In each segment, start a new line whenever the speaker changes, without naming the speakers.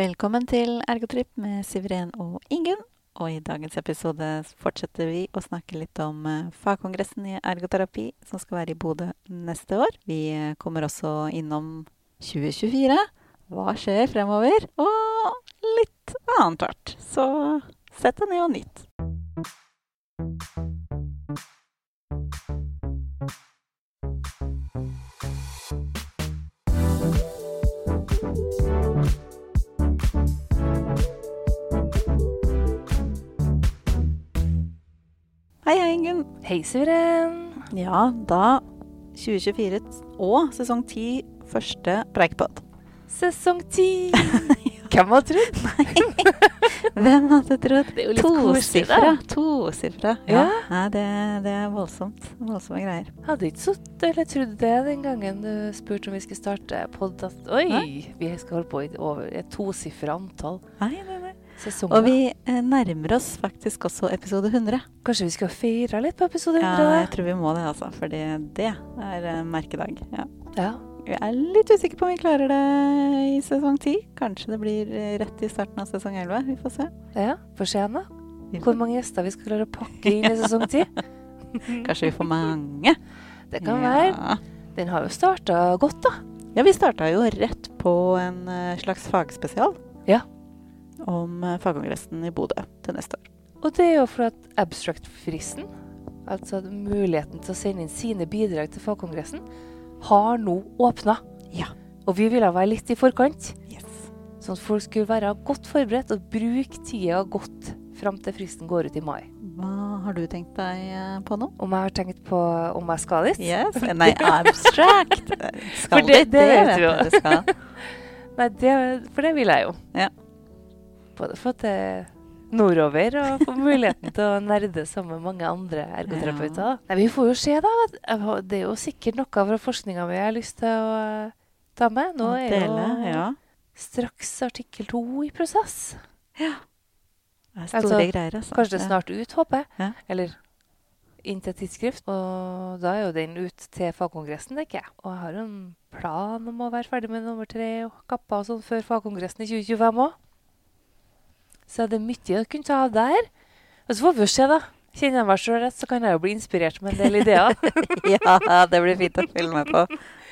Velkommen til Ergotrip med Siveren og Ingunn. Og i dagens episode fortsetter vi å snakke litt om eh, fagkongressen i ergoterapi som skal være i Bodø neste år. Vi eh, kommer også innom 2024. Hva skjer fremover? Og litt annet rart. Så sett deg ned og nyt. Hei, hei, Ingunn.
Hei, Suren.
Ja, da 2024 og sesong 10 første preikepod.
Sesong ti. Hvem hadde trodd?
Hvem hadde trodd?
Det er jo
Tosifra. Tosifra. Ja.
Ja.
Nei, det, det er voldsomt. Voldsomme greier.
Hadde ikke sutt eller trodd det den gangen du spurte om vi skulle starte pod. at Oi,
Nei.
vi skal holde på i over et tosifra antall
Nei, nei, nei.
sesonger.
Og vi eh, nærmer oss faktisk også episode 100.
Kanskje vi skal feire litt på episode
Ja,
100?
jeg tror vi må det, altså. Fordi det er eh, merkedag. Ja.
Ja. ja.
Jeg er litt usikker på om vi klarer det i sesong 10. Kanskje det blir eh, rett i starten av sesong 11. Vi får se.
ja. Får se igjen, da.
Vi
Hvor
får,
mange gjester vi skal klare å pakke inn i sesong ti.
kanskje vi får mange.
Det kan være.
Ja.
Den har jo starta godt, da.
Ja, vi starta jo rett på en eh, slags fagspesial.
Ja.
Om eh, fagkongressen i Bodø til neste år.
Og det er jo for at abstract-fristen, altså muligheten til å sende inn sine bidrag til fagkongressen, har nå åpna.
Ja.
Og vi ville være litt i forkant,
Yes.
sånn at folk skulle være godt forberedt og bruke tida godt fram til fristen går ut i mai.
Hva har du tenkt deg eh, på nå?
Om jeg har tenkt på om jeg skal dit?
Yes. Nei, abstract. Skal
For det-
dit,
det vet vi
jeg
jo.
at du skal.
Nei, det, for det vil jeg jo.
Ja.
Både for at det er nordover og få muligheten til å nerde sammen med mange andre ergoterapeuter. da. Nei, vi får jo se, da. Jeg har- Det er jo sikkert noe fra forskninga mi jeg har lyst til å eh, ta med. Nå
Å
er
dele,
jo
ja.
straks artikkel to i prosess.
Det er store
Altså,
greier, altså.
Kanskje det
Ja.
snart ut, håper jeg.
Ja.
Eller inn til tidsskrift. Og da er jo den ut til fagkongressen, tenker jeg. Og jeg har jo en plan om å være ferdig med nummer tre og kappa og sånn før fagkongressen i 2025 òg. Så det er mye å kunne ta av der. Og så får vi jo se, da. Kjenner jeg meg sjøl rett, så kan jeg jo bli inspirert med en del ideer.
Ja, det blir fint å følge med på.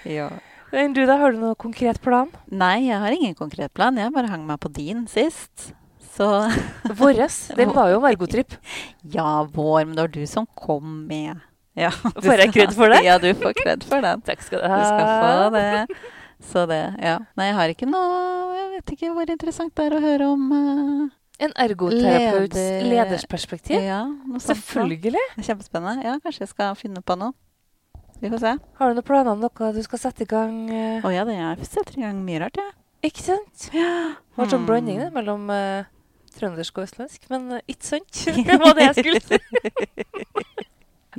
Ja.
Men du, da, har du noen konkret plan?
Nei, jeg har ingen konkret plan. Jeg bare hang meg på din sist. Så
Våres. Den var jo Margotrip.
ja, vår. Men det var du som kom med. Ja, du
Får jeg
skal-
kred for det? Ah.
Ja, du får kred for den.
Takk skal du
Du
ha.
skal få det. Så det, ja. Nei, jeg har ikke noe Jeg vet ikke hvor interessant det er å høre om eh,
En ergoterapeuts
Leder-
ledersperspektiv.
Ja, noe sånt nå.
Selvfølgelig.
Det er Kjempespennende. Ja, kanskje jeg skal finne på noe. Vi får se.
Har du noen planer om noe du skal sette i gang? eh,
Å ja, det jeg setter i gang mye rart, jeg.
Ikke sant? Det var sånn blanding det, mellom eh, trøndersk og østlandsk, men eh, ikke sant? Det var det jeg skulle si.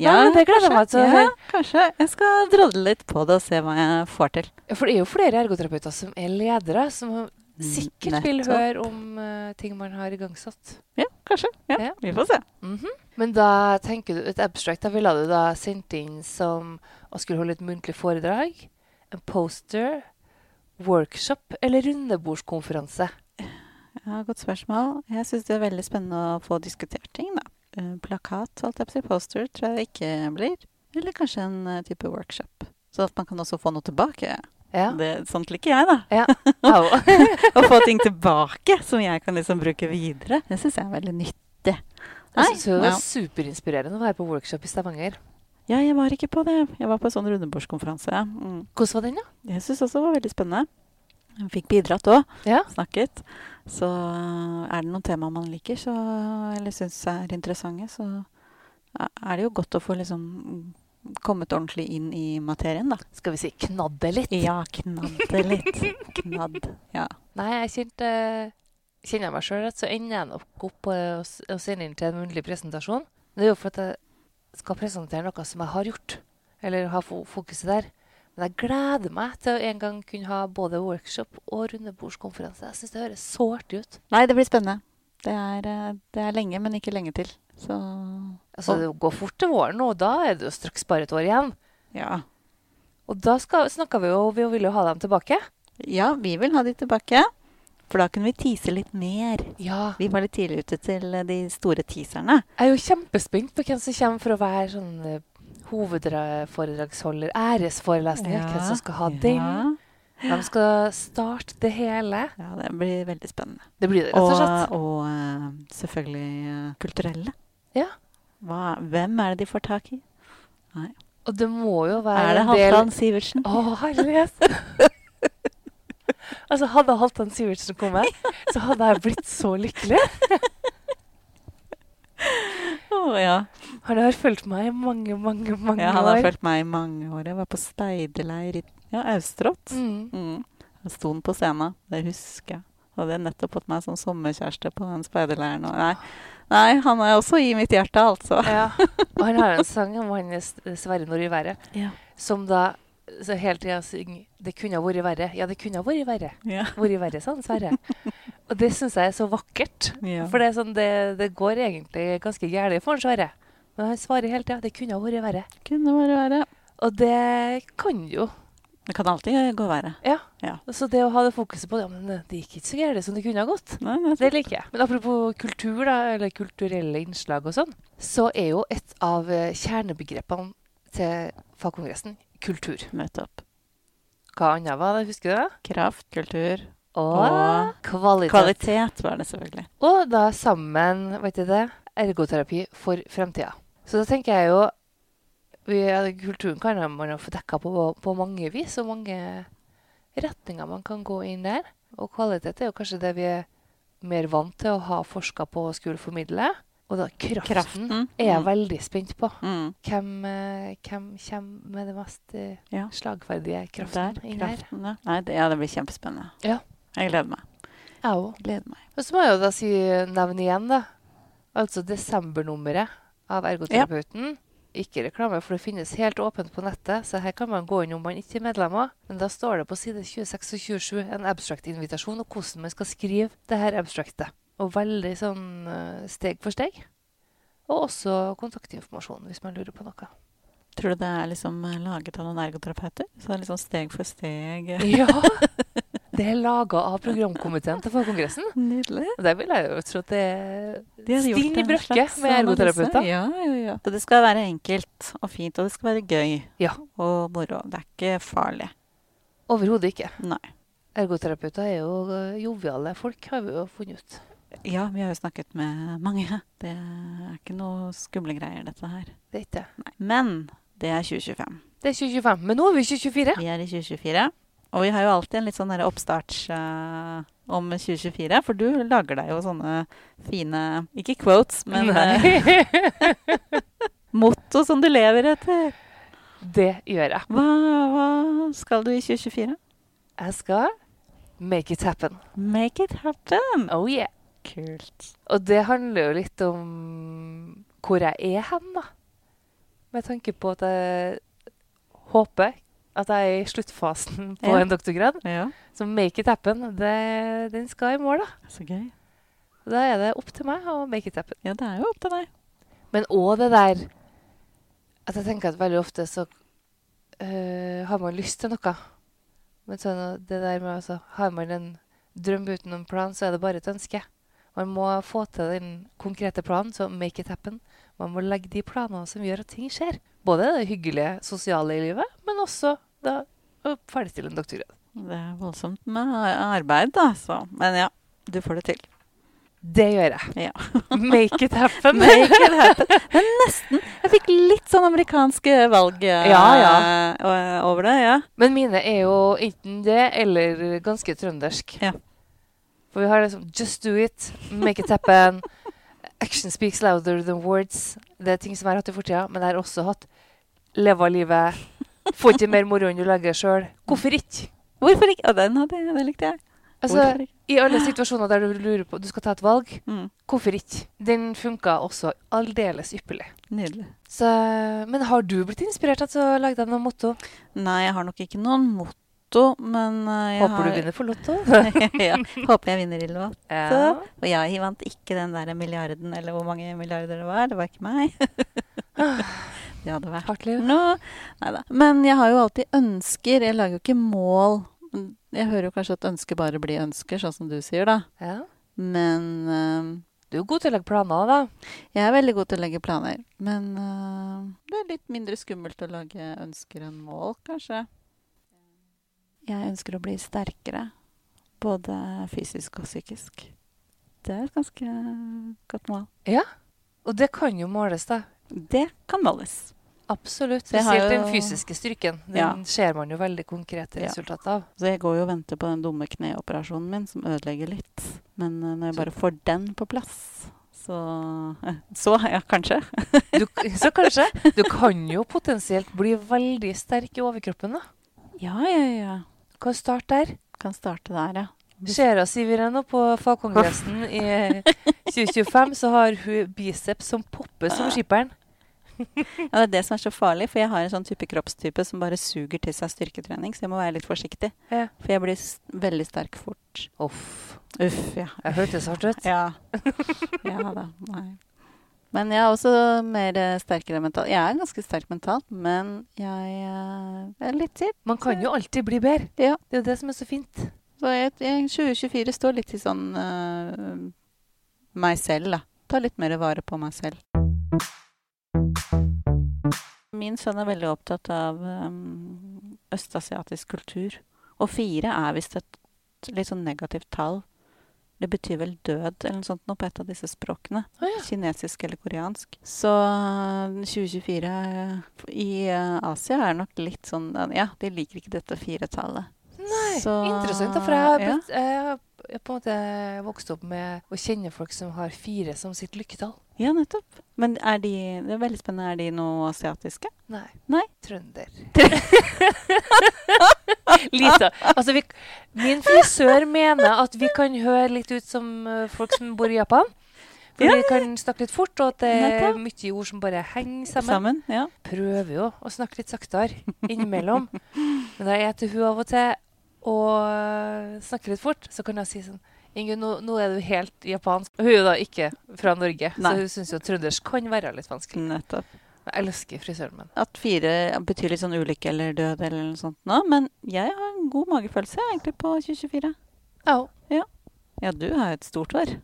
Ja,
Nei, men det gleder jeg meg til å
kanskje.
høre.
Ja, kanskje. Jeg skal drodle litt på det og se hva jeg får til.
Ja, For det er jo flere ergoterapeuter som er ledere, som sikkert vil
Mm, Nettopp.
høre om eh, ting man har igangsatt.
Ja, kanskje. Ja,
Ja.
Vi får se.
Mhm. Men da tenker du et abstract, da ville du da sendt inn som å skulle holde et muntlig foredrag, en poster, workshop eller rundebordskonferanse?
Ja, Godt spørsmål. Jeg syns det er veldig spennende å få diskutert ting, da. Eh, Plakat, holdt jeg på å si, poster, tror jeg det ikke blir. Eller kanskje en eh, type workshop. Så at man kan også få noe tilbake.
Ja.
Det, sånt liker jeg, da.
ja.
Å få ting tilbake som jeg kan liksom bruke videre. Det syns jeg er veldig nyttig.
Jeg synes jo det
ja.
var superinspirerende å være på workshop i Stavanger.
ja, jeg var ikke på det. Jeg var på en sånn rundebordskonferanse. ja. Mm.
Hvordan var den, da?
Jeg syns også det var veldig spennende. Jeg fikk bidratt òg.
Ja.
Snakket. Så øh, er det noen tema man liker så, eller syns er interessante, så er- er det jo godt å få liksom mm, kommet ordentlig inn i materien, da.
Skal vi si knadde litt?
Ja, knadd det litt. Knadd. Ja.
Nei, jeg kjente eh, Kjenner jeg meg sjøl rett, så ender jeg nok opp på å s- å sende inn til en muntlig presentasjon. Det er jo for at jeg skal presentere noe som jeg har gjort, eller ha fo- fokuset der. Men jeg gleder meg til å en gang kunne ha både workshop og rundebordskonferanse. Jeg syns det høres så artig ut.
Nei, det blir spennende. Det er, øh, det er lenge, men ikke lenge til. Så
Altså, Det går fort til våren nå, og da er det jo straks bare et år igjen.
ja.
Og da skal, snakka vi jo vi ville jo ha dem tilbake.
Ja, vi vil ha de tilbake. For da kunne vi tease litt mer.
Ja.
Vi var litt tidlig ute til eh, de store teaserne.
Jeg er jo kjempespent på hvem som kommer for å være sånn eh, hovedforedragsholder, æresforelesning. Hvem som skal ha den.
Ja.
Hvem skal starte det hele.
ja, det blir veldig spennende.
Det blir det, rett
Og,
og slett.
og eh, selvfølgelig eh, kulturelle.
Ja.
Hva, hvem er det de får tak i?
Og det må jo være
Er det
en del
Halvdan Sivertsen?
Å, herlighet! altså, hadde Halvdan Sivertsen kommet, så hadde jeg blitt så lykkelig.
Å, ja.
Han har fulgt meg i mange, mange mange
ja. Han har
år.
fulgt meg i mange år. Jeg var på speiderleir i ja, Austrått.
Mm.
Mm. Jeg sto han på scenen, det husker jeg. Hadde jeg nettopp fått meg som sommerkjæreste på den speiderleiren. og Nei, nei, han er også i mitt hjerte, altså.
Ja. Og han har en sang om han eh, Sverre Nord i været,
Ja.
som da så hele tida synger 'Det kunne ha vært verre'. Ja, det kunne ha vært verre.
Ja.
Vært verre, sa han Sverre. Og det syns jeg er så vakkert. For det, er sånn, det, det går egentlig ganske gærent for han Sverre. Men han svarer hele tida 'Det kunne ha vært verre'.
kunne bare være.
Og det kan jo
Det kan alltid gå verre.
Så det å ha det fokuset på det, ja, men det gikk ikke så gærent som det kunne ha gått.
Nei, nei,
Det liker jeg. Men apropos kultur, da, eller kulturelle innslag og sånn, så er jo et av eh, kjernebegrepene til fagkongressen kultur.
Møte opp.
Hva annet var det, husker du det?
Kraft, kultur
Og,
Og
kvalitet.
Kvalitet var det selvfølgelig.
Og da sammen, vet du det, ergoterapi for fremtida. Så da tenker jeg jo vi, Kulturen kan man jo få dekka på, på mange vis, og mange retninger man kan gå inn der. Og kvalitet er jo kanskje det vi er mer vant til å ha forska på og skulle formidle. Og da kraften,
Kraften.
er jeg
Mm.
veldig spent på.
Mm.
Hvem, eh, hvem kommer med det mest eh,
Ja.
slagferdige kraften
Der,
inn her?
kraften, ja. Nei, det, ja, det blir kjempespennende.
Ja.
Jeg gleder meg.
Jeg òg.
Gleder meg.
Og så må jeg jo da si, nevne igjen, da. Altså desembernummeret av Ergoterapeuten. Ikke reklame, for det finnes helt åpent på nettet, så her kan man gå inn om man ikke er medlemmer. Men da står det på side 26 og 27 en abstract-invitasjon og hvordan man skal skrive det her abstractet. Og veldig sånn eh, steg for steg. Og også kontaktinformasjon hvis man lurer på noe.
Tror du det er liksom eh, laget av noen ergoterapeuter? Så det er liksom steg for steg. eh,
Ja! Det er laga av programkomiteen til fagkongressen.
Nydelig.
Og der vil jeg jo tro at det er
De hadde gjort
Stinn i
en
brøkke
slags
med
analyse.
ergoterapeuter.
Ja, ja, ja. Så det skal være enkelt og fint, og det skal være gøy
Ja.
og moro. Det er ikke farlig.
Overhodet ikke.
Nei.
Ergoterapeuter er jo eh, joviale folk, har vi jo funnet ut.
Ja, vi har jo snakket med mange. Det er ikke noe skumle greier, dette her.
Det er ikke det.
Nei. Men det er 2025.
Det er 2025, men nå er vi i 2024.
Vi er i 2024. Og vi har jo alltid en litt sånn der oppstarts eh, om 2024, for du lager deg jo sånne fine Ikke quotes, men eh, motto som du lever etter.
det gjør jeg.
Hva, hva skal du i 2024?
Jeg skal make it happen.
Make it happen.
Oh yeah.
Kult.
Og det handler jo litt om hvor jeg er hen, da. Med tanke på at jeg håper at jeg er i sluttfasen på
Ja.
en doktorgrad.
Ja,
Så make it happen, det, den skal i mål, da.
så gøy.
Da er det opp til meg å make it happen.
Ja, det er jo opp til deg.
Men òg det der at jeg tenker at veldig ofte så øh, har man lyst til noe. Men sånn, at det der med altså, Har man en drøm uten en plan, så er det bare et ønske. Man må få til den konkrete planen, så make it happen. Man må legge de planene som gjør at ting skjer. Både det hyggelige sosiale i livet, men også da å ferdigstille en doktorgrad.
Det er voldsomt med ar- arbeid, da, så. Men ja, du får det til.
Det gjør jeg.
Ja.
Make it happen.
Make it happen. Men nesten. Jeg fikk litt sånn amerikansk eh, valg eh,
Ja, ja.
eh, o- over det. ja.
Men mine er jo enten det eller ganske trøndersk.
Ja.
For vi har liksom Just do it. Make it happen. Action speaks louder than words. Det er ting som jeg har hatt i fortida, men jeg har også hatt leve av livet. Få ikke mer moro enn du lager sjøl. Hvorfor ikke?
Hvorfor ikke? Og den hadde jeg, det likte jeg.
Altså,
Hvorfor ikke?
I alle situasjoner der du lurer på du skal ta et valg,
Mm,
hvorfor ikke? Den funka også aldeles ypperlig.
nydelig.
Så, men har du blitt inspirert til å lage deg noe motto?
Nei, jeg har nok ikke noen motto, men eh, jeg
Håper du
har...
vinner for Lotto?
ja, håper jeg vinner i låt. Og jeg vant ikke den der milliarden, eller hvor mange milliarder det var. Det var ikke meg. det hadde vært
Hardt liv.
nå. Neida. Men jeg har jo alltid ønsker. Jeg lager jo ikke mål men jeg hører jo kanskje at ønsker bare blir ønsker, sånn som du sier, da.
Ja.
Men eh,
Du er jo god til å legge planer, da.
jeg er veldig god til å legge planer. Men eh, det er litt mindre skummelt å lage ønsker enn mål, kanskje. Jeg ønsker å bli sterkere, både fysisk og psykisk. Det er et ganske godt mål.
Og det kan jo måles, da.
Det kan måles.
Absolutt.
Det har
Spesielt
jo-
den fysiske styrken. Den
Ja.
ser man jo veldig konkrete
Ja.
resultat av.
Så jeg går jo og venter på den dumme kneoperasjonen min, som ødelegger litt. Men eh, når jeg bare får den på plass, så eh, Så, ja, kanskje.
Du, så kanskje Du kan jo potensielt bli veldig sterk i overkroppen, da.
Ja, ja, ja.
Du kan starte der.
Kan starte der, ja.
Skjera Sivireno på fagkongressen i 2025, så har hun biceps som popper som skipperen.
ja. Det er det som er så farlig, for jeg har en sånn type kroppstype som bare suger til seg styrketrening, så jeg må være litt forsiktig.
Ja.
For jeg blir s veldig sterk fort.
Uff.
Uff, ja.
Jeg hørtes hardt ut.
Ja. ja da. Nei. Men jeg er også mer eh, sterkere mentalt. Jeg er ganske sterk mentalt, men jeg eh, er litt til.
Man kan jo alltid bli bedre.
Ja.
Det er jo det som er så fint.
Så jeg, jeg, 2024 står litt i sånn eh, meg selv, da. Ta litt mer vare på meg selv. Min sønn er veldig opptatt av eh, østasiatisk kultur. Og fire er visst et litt sånn negativt tall. Det betyr vel død eller noe sånt nå på et av disse språkene.
Å ja.
Kinesisk eller koreansk. Så eh, 2024 i eh, Asia er nok litt sånn Ja, de liker ikke dette firetallet.
Nei,
Så-
interessant. da, For jeg har
ja.
blitt, jeg har- jeg har på en måte vokst opp med å kjenne folk som har fire som sitt lykketall.
Ja, nettopp. Men er de, det er veldig spennende, er de noe asiatiske?
Nei.
Nei.
Trønder. Lita. Altså, vi, min frisør mener at vi kan høre litt ut som eh, folk som bor i Japan. For
Ja,
vi kan snakke litt fort, og at det er
Nettopp.
mye ord som bare henger sammen.
Sammen? Ja.
prøver jo å snakke litt saktere innimellom. Men når jeg er til hun av og til og eh, snakker litt fort, så kan jeg si sånn Ingunn, nå, nå er du helt japansk. Og hun er jo da ikke fra Norge,
Nei.
så hun syns jo at trøndersk kan være litt vanskelig.
Nettopp.
Men Jeg elsker frisøren min.
At fire betyr litt sånn ulykke eller død eller noe sånt nå, men jeg har en god magefølelse egentlig på 2024.
Au.
Ja, du har jo et stort år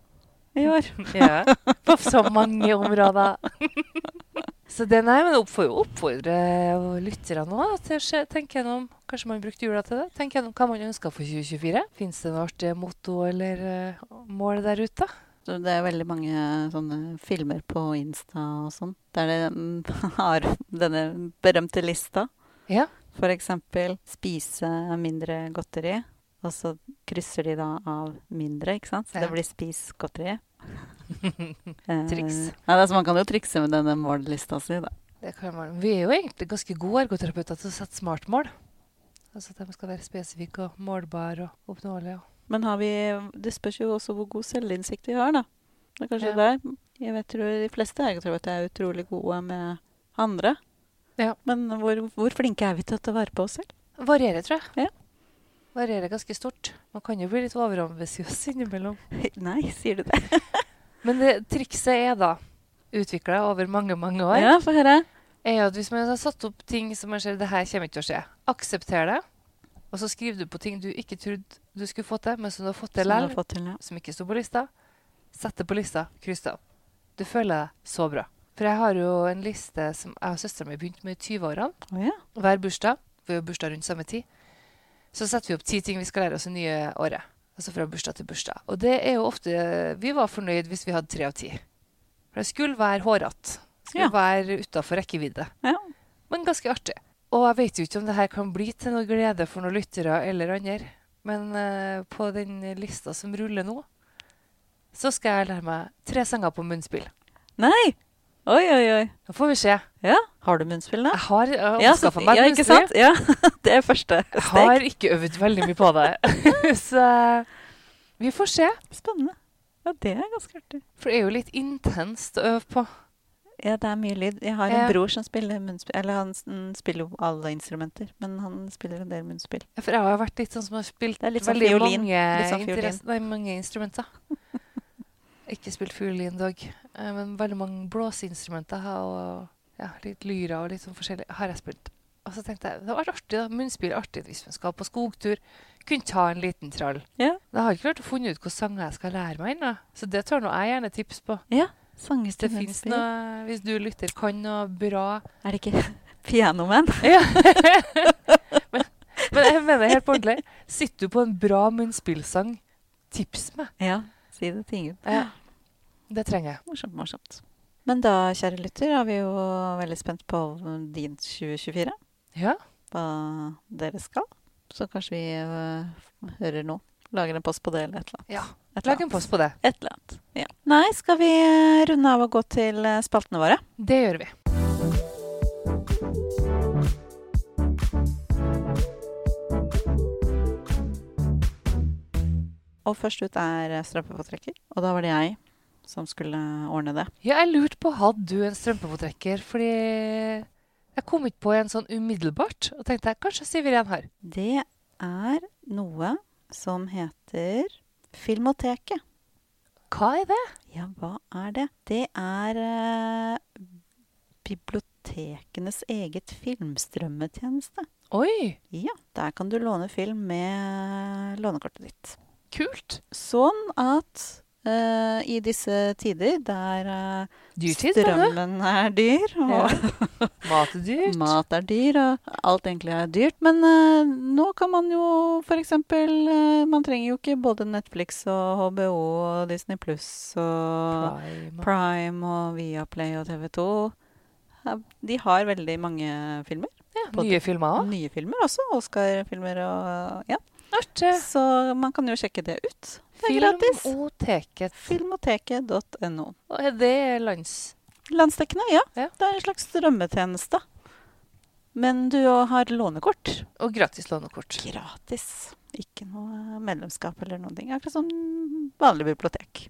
i år.
Ja. På så mange områder. Så det nei, men oppfordre, oppfordre lytterne nå da, til å se- tenke gjennom Kanskje man brukte jula til det? Tenke gjennom hva man ønsker for 2024. Fins det noe artig motto eller eh, mål der ute?
Så Det er veldig mange sånne filmer på Insta og sånn, der det mm, har denne berømte lista.
Ja.
For eksempel spise mindre godteri, og så krysser de da av mindre, ikke sant? Så
Ja.
det blir spis godteri. Eh,
Triks.
Ja, det er så man kan jo trikse med denne mållista si, da.
Det kan man. Vi er jo egentlig ganske gode ergoterapeuter til å sette smartmål. Altså at de skal være spesifikke og målbare og oppnåelige. og-
Men har vi Det spørs jo også hvor god selvinnsikt vi har, da. Det er kanskje der. Jeg vet jo de fleste ergoterapeuter er utrolig gode med andre.
Ja.
Men hvor, hvor flinke er vi til å ta vare på oss selv?
Varierer, tror jeg.
Ja.
Varierer ganske stort. Man kan jo bli litt overambisiøs innimellom.
Nei, sier du det?
Men det, trikset er da utvikla over mange, mange år.
Ja, få høre.
er jo at hvis man har satt opp ting som man ser det her kommer ikke til å skje, aksepter det. Og så skriver du på ting du ikke trodde du skulle få til, men som du har fått til
Som du har
likevel.
fått til, ja.
som ikke sto på lista, sett det på lista, kryss det av. Du føler deg så bra. For jeg har jo en liste som jeg og søstera mi begynte med i 20-årene.
Å ja.
Hver bursdag, vi har jo bursdag rundt samme tid, så setter vi opp ti ting vi skal lære oss det nye året. Altså fra bursdag til bursdag. Og det er jo ofte Vi var fornøyd hvis vi hadde tre av ti. For det skulle være hårete. Skulle
Ja.
være utafor rekkevidde.
Ja.
Men ganske artig. Og jeg vet jo ikke om det her kan bli til noe glede for noen lyttere eller andre. Men eh, på den lista som ruller nå, så skal jeg lære meg tre sanger på munnspill.
Nei! Oi, oi, oi.
Da får vi se.
Ja. Har du munnspill, da?
Jeg har uh,
Ja, så-
meg
ja,
et
ikke
munnspill.
sant? Ja, Det er første steg.
Jeg har ikke øvd veldig mye på det. så vi får se.
Spennende. Ja, det er ganske artig.
For det er jo litt intenst å øve på.
Ja, det er mye lyd. Jeg har en
Ja.
bror som spiller munnspill. Eller han s- mm, spiller jo alle instrumenter, men han spiller en del munnspill.
For jeg har vært litt sånn som har spilt
Det er litt sånn
veldig
fiolin.
mange,
Litt sånn fiolin.
interess- nei, mange instrumenter. ikke spilt fiolin dog, eh, men veldig mange blåseinstrumenter har- og ja, litt lyra og litt sånn forskjellig har jeg spilt. Og så tenkte jeg, det hadde vært artig da, munnspill er artig hvis man skal på skogtur, kunne ta en liten trall.
Ja.
Men Jeg har ikke klart å funne ut hvilke sanger jeg skal lære meg ennå. Så det tør nå jeg gjerne tips på. Hvis det finnes
Sangestimulanser.
noe, hvis du lytter kan noe bra
Er det ikke Pianoman?
Ja. men, men jeg mener helt på ordentlig. Sitter du på en bra munnspillsang, tips meg.
Ja. Si det til Ingunn.
Ja. Det trenger jeg.
Morsomt, morsomt. Men da, kjære lytter, er vi jo veldig spent på din 2024.
Ja.
Hva dere skal. Så kanskje vi øh, hører nå. Lager en post på det, eller et eller annet.
ja.
Et eller
Lag en
annet.
post på det.
Et eller annet. Ja. Nei, skal vi øh, runde av og gå til øh, spaltene våre?
Det gjør vi.
Og først ut er øh, strømpepåtrekker. Og da var det jeg som skulle ordne det.
Ja, jeg lurte på hadde du en strømpepåtrekker, fordi jeg kom ikke på en sånn umiddelbart. Og tenkte jeg, kanskje Siveren har.
Det er noe som heter Filmoteket.
Hva er det?
Ja, hva er det? Det er eh, bibliotekenes eget filmstrømmetjeneste.
Oi,
Ja, der kan du låne film med lånekortet ditt.
kult.
Sånn at eh, i disse tider der eh,
Dyrtid, sa du?
strømmen er dyr, og
Ja. Mat er dyrt.
Mat er dyr, og alt egentlig er dyrt. Men eh, nå kan man jo f.eks. Uh, man trenger jo ikke både Netflix og HBO og Disney Pluss og
Prime.
Prime og Viaplay og TV 2. De har veldig mange filmer.
Ja,
på-
nye filmer òg.
Nye filmer også. Oscar-filmer og ja.
Artig.
Så man kan jo sjekke det ut. Det er gratis.
Filmoteket.
Filmoteket.no.
Og er det lands...
Landsdekkende, ja.
Ja.
Det er en slags drømmetjeneste. Men du har lånekort.
Og gratis lånekort.
gratis. Ikke noe medlemskap eller noen ting. Akkurat som vanlig bibliotek.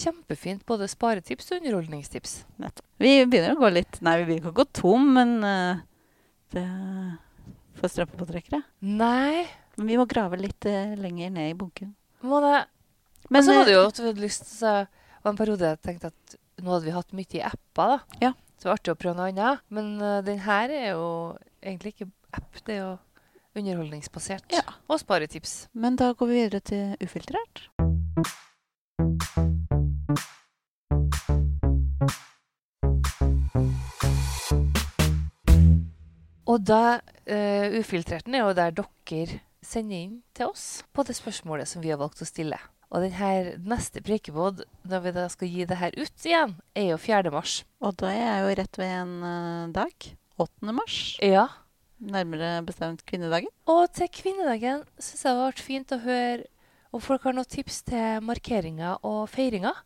Kjempefint. Både sparetips og underholdningstips.
Nettopp. Vi begynner å gå litt Nei, vi begynner ikke å gå tom, men eh, det får strømpepåtrekkere.
Nei
Men vi må grave litt eh, lenger ned i bunken.
må det...
Men,
Og så var det jo
eh,
at vi hadde lyst til å Det var en periode jeg tenkte at nå hadde vi hatt mye i apper, da.
Ja.
Så det var artig å prøve noe annet. Men eh, den her er jo egentlig ikke app, det er jo underholdningsbasert.
Ja.
Og sparetips.
men da går vi videre til ufiltrert.
Og da eh, Ufiltrerten er jo der dere sender inn til oss på det spørsmålet som vi har valgt å stille. Og den her neste prekebod, når vi da skal gi det her ut igjen, er jo 4. mars.
Og da er jeg jo rett ved en eh, dag. 8. mars.
Ja.
Nærmere bestemt kvinnedagen.
Og til kvinnedagen syns jeg det har vært fint å høre om folk har noen tips til markeringer og feiringer.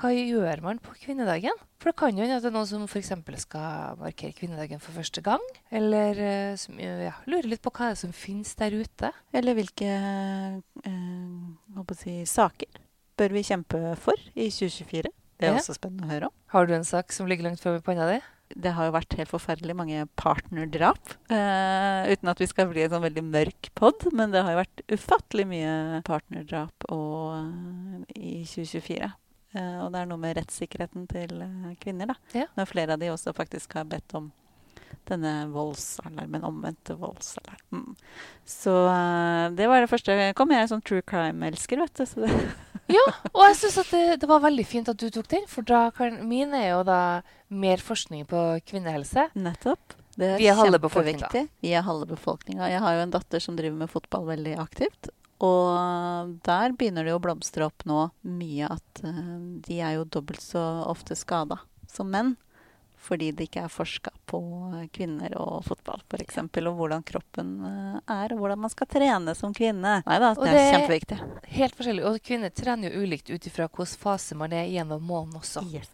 Hva gjør man på kvinnedagen? For det kan jo hende at det er noen som f.eks. skal markere kvinnedagen for første gang, eller eh, som, ja, lurer litt på hva det er som finnes der ute.
Eller hvilke eh, hva skal jeg si, saker bør vi kjempe for i 2024? Det er
Ja.
også spennende å høre om.
Har du en sak som ligger langt framme i panna di?
det har jo vært helt forferdelig mange partnerdrap. Eh, uten at vi skal bli en sånn veldig mørk pod, men det har jo vært ufattelig mye partnerdrap og, eh, i 2024. Eh, og det er noe med rettssikkerheten til eh, kvinner, da.
Ja.
Når flere av de også faktisk har bedt om denne voldsalarmen, omvendte voldsalarmen. Så eh, det var det første. Kom, jeg er sånn true crime-elsker, vet du. Så det,
Og jeg syns det, det var veldig fint at du tok den, for da kan, min er jo da mer forskning på kvinnehelse.
nettopp. Det
Vi er halve befolkninga.
kjempeviktig. Vi er halve befolkninga. Jeg har jo en datter som driver med fotball veldig aktivt. Og der begynner det jo å blomstre opp nå mye at eh, de er jo dobbelt så ofte skada som menn. Fordi det ikke er forska på kvinner og fotball, f.eks. Og hvordan kroppen eh, er, og hvordan man skal trene som kvinne. Nei da,
Og
det er
det-
kjempeviktig.
Helt forskjellig. Og kvinner trener jo ulikt ut ifra hvilken fase man er gjennom måneden også.
Yes.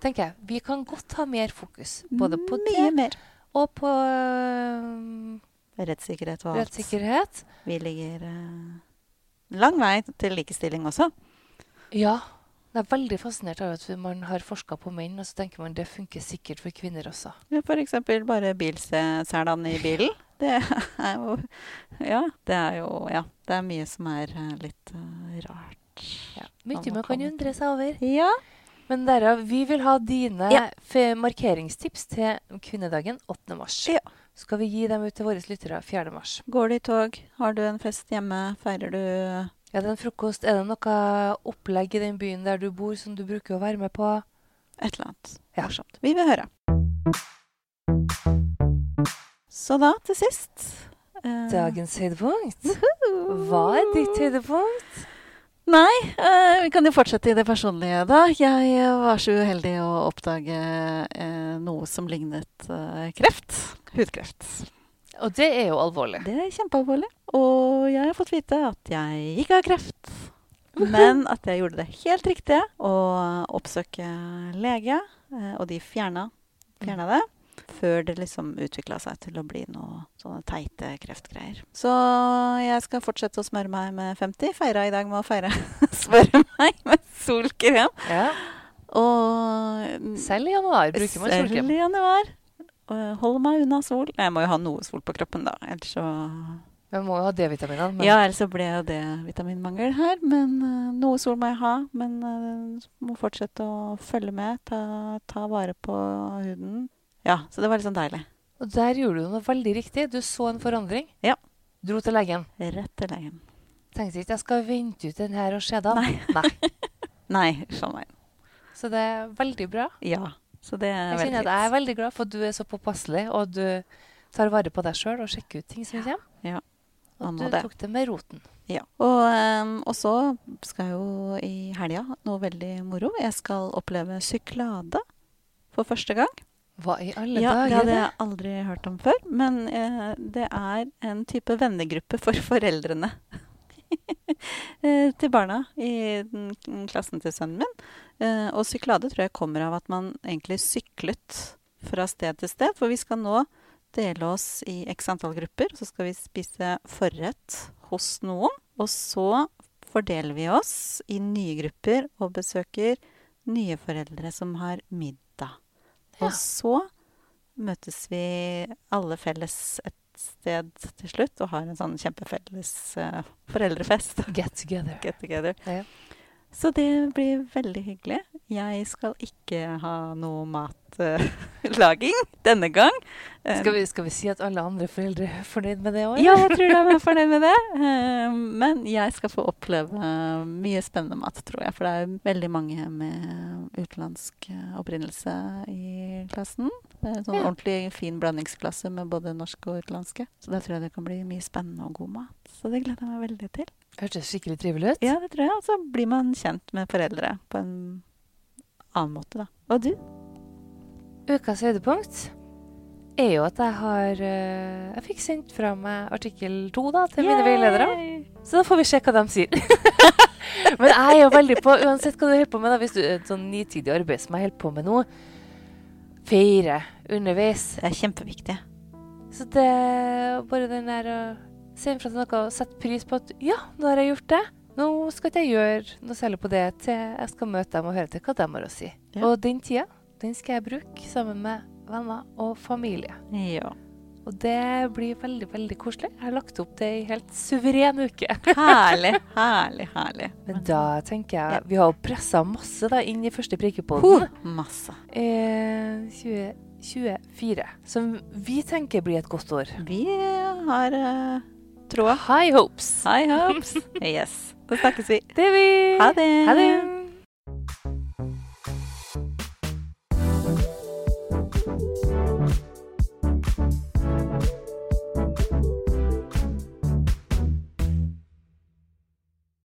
Tenker jeg, Vi kan godt ha mer fokus både på
Mye
det
mer.
og på øhm,
Rettssikkerhet og alt.
rettssikkerhet.
Vi ligger eh, lang vei til likestilling også.
Ja. Jeg er veldig fascinert av at man har forska på menn, og så tenker man det funker sikkert for kvinner også.
Ja, For eksempel bare bilselene i bilen. Det er jo Ja, det er jo Ja, det er mye som er eh, litt eh, rart.
Ja.
Man må
Mye man kan
komme
undre seg over.
Ja.
Men Dara, vi vil ha dine
Ja.
fe- markeringstips til kvinnedagen 8. mars.
Ja.
Så skal vi gi dem ut til våre lyttere 4. mars.
Går du i tog? Har du en fest hjemme? Feirer du
Ja, det er en frokost. Er det noe opplegg i den byen der du bor som du bruker å være med på?
et eller annet
Ja.
morsomt? Vi vil høre. Så da, til sist eh,
Dagens høydepunkt?
woohoo!
Hva er ditt høydepunkt?
Nei, eh, vi kan jo fortsette i det personlige, da. Jeg eh, var så uheldig å oppdage eh, noe som lignet eh, kreft. Hudkreft.
Og det er jo alvorlig.
Det er kjempealvorlig. Og jeg har fått vite at jeg ikke har kreft. Men at jeg gjorde det helt riktige å oppsøke lege, eh, og de fjerna, fjerna det. Før det liksom utvikla seg til å bli noe sånne teite kreftgreier. Så jeg skal fortsette å smøre meg med 50. Feira i dag med å feire smøre meg med solkrem.
Ja.
Og
Selv i januar bruker man solkrem.
selv i januar. Eh, Hold meg unna sol. Jeg må jo ha noe sol på kroppen, da. Ellers så
Man må jo ha D-vitaminene. men-
ja, ellers så ble jo det vitaminmangel her. Men eh, noe sol må jeg ha. Men eh, må fortsette å følge med, ta, ta vare på huden. Ja, så det var litt sånn deilig.
Og der gjorde du noe veldig riktig. Du så en forandring.
Ja.
Dro til legen.
Rett til legen.
Tenkte ikke jeg skal vente ut den her og se da.
Nei.
Nei.
Nei, sånn var det.
Så det er veldig bra.
Ja. Så det er
Jeg
veldig
kjenner at jeg er
fint.
veldig glad for at du er så påpasselig, og du tar vare på deg sjøl og sjekker ut ting som kommer.
Ja. Man
Og
må
du
det.
tok det med roten.
Ja. Og, eh, og så skal jeg jo i helga noe veldig moro. Jeg skal oppleve syklade for første gang.
Hva i alle
ja, det
dager?
hadde jeg aldri hørt om før. Men eh, det er en type vennegruppe for foreldrene eh, til barna i den, den klassen til sønnen min. Eh, og syklade tror jeg kommer av at man egentlig syklet fra sted til sted. For vi skal nå dele oss i x antall grupper, og så skal vi spise forrett hos noen. Og så fordeler vi oss i nye grupper og besøker nye foreldre som har middag.
Ja.
Og så møtes vi alle felles et sted til slutt og har en sånn kjempefelles eh, foreldrefest.
Get together.
Get together.
Ja.
Så det blir veldig hyggelig. Jeg skal ikke ha noe matlaging denne gang. Eh,
Skal vi, skal vi si at alle andre foreldre er fornøyd med det òg?
ja, jeg tror de er fornøyd med det. Eh, Men jeg skal få oppleve eh, mye spennende mat, tror jeg. For det er jo veldig mange med utenlandsk eh, opprinnelse i klassen. Det er en sånn
Ja.
ordentlig fin blandingsklasse med både norsk og utenlandske. Så da tror jeg det kan bli mye spennende og god mat. Så det gleder jeg meg veldig til.
Hørtes skikkelig trivelig ut.
Ja, det tror jeg. Og så blir man kjent med foreldre på en annen måte, da. Og du?
Ukas høydepunkt er jo at jeg har eh, Jeg fikk sendt fra meg artikkel to da, til mine veiledere. Så da får vi se hva de sier. Men jeg er jo veldig på, uansett hva du holder på med, da, hvis du er et sånn nitidig arbeid som jeg holder på med nå, feire underveis.
Det er kjempeviktig.
Så det er bare den der å se fra til noe og sette pris på at ja, nå har jeg gjort det. Nå skal ikke jeg gjøre noe særlig på det til jeg skal møte dem og høre til hva de har å si.
Ja.
Og den tida, den skal jeg bruke sammen med venner og familie.
Ja.
Og det blir veldig, veldig koselig. Jeg har lagt opp til ei helt suveren uke.
Herlig, herlig, herlig.
Men da tenker jeg Vi har jo pressa masse da inn i første
Ho,
Prikepodden.
masse.
Eh, 2024. Som vi tenker blir et godt år.
Vi har eh, troa.
High hopes.
High hopes. Yes. Da snakkes vi.
Det er vi.
Ha det.
Ha det.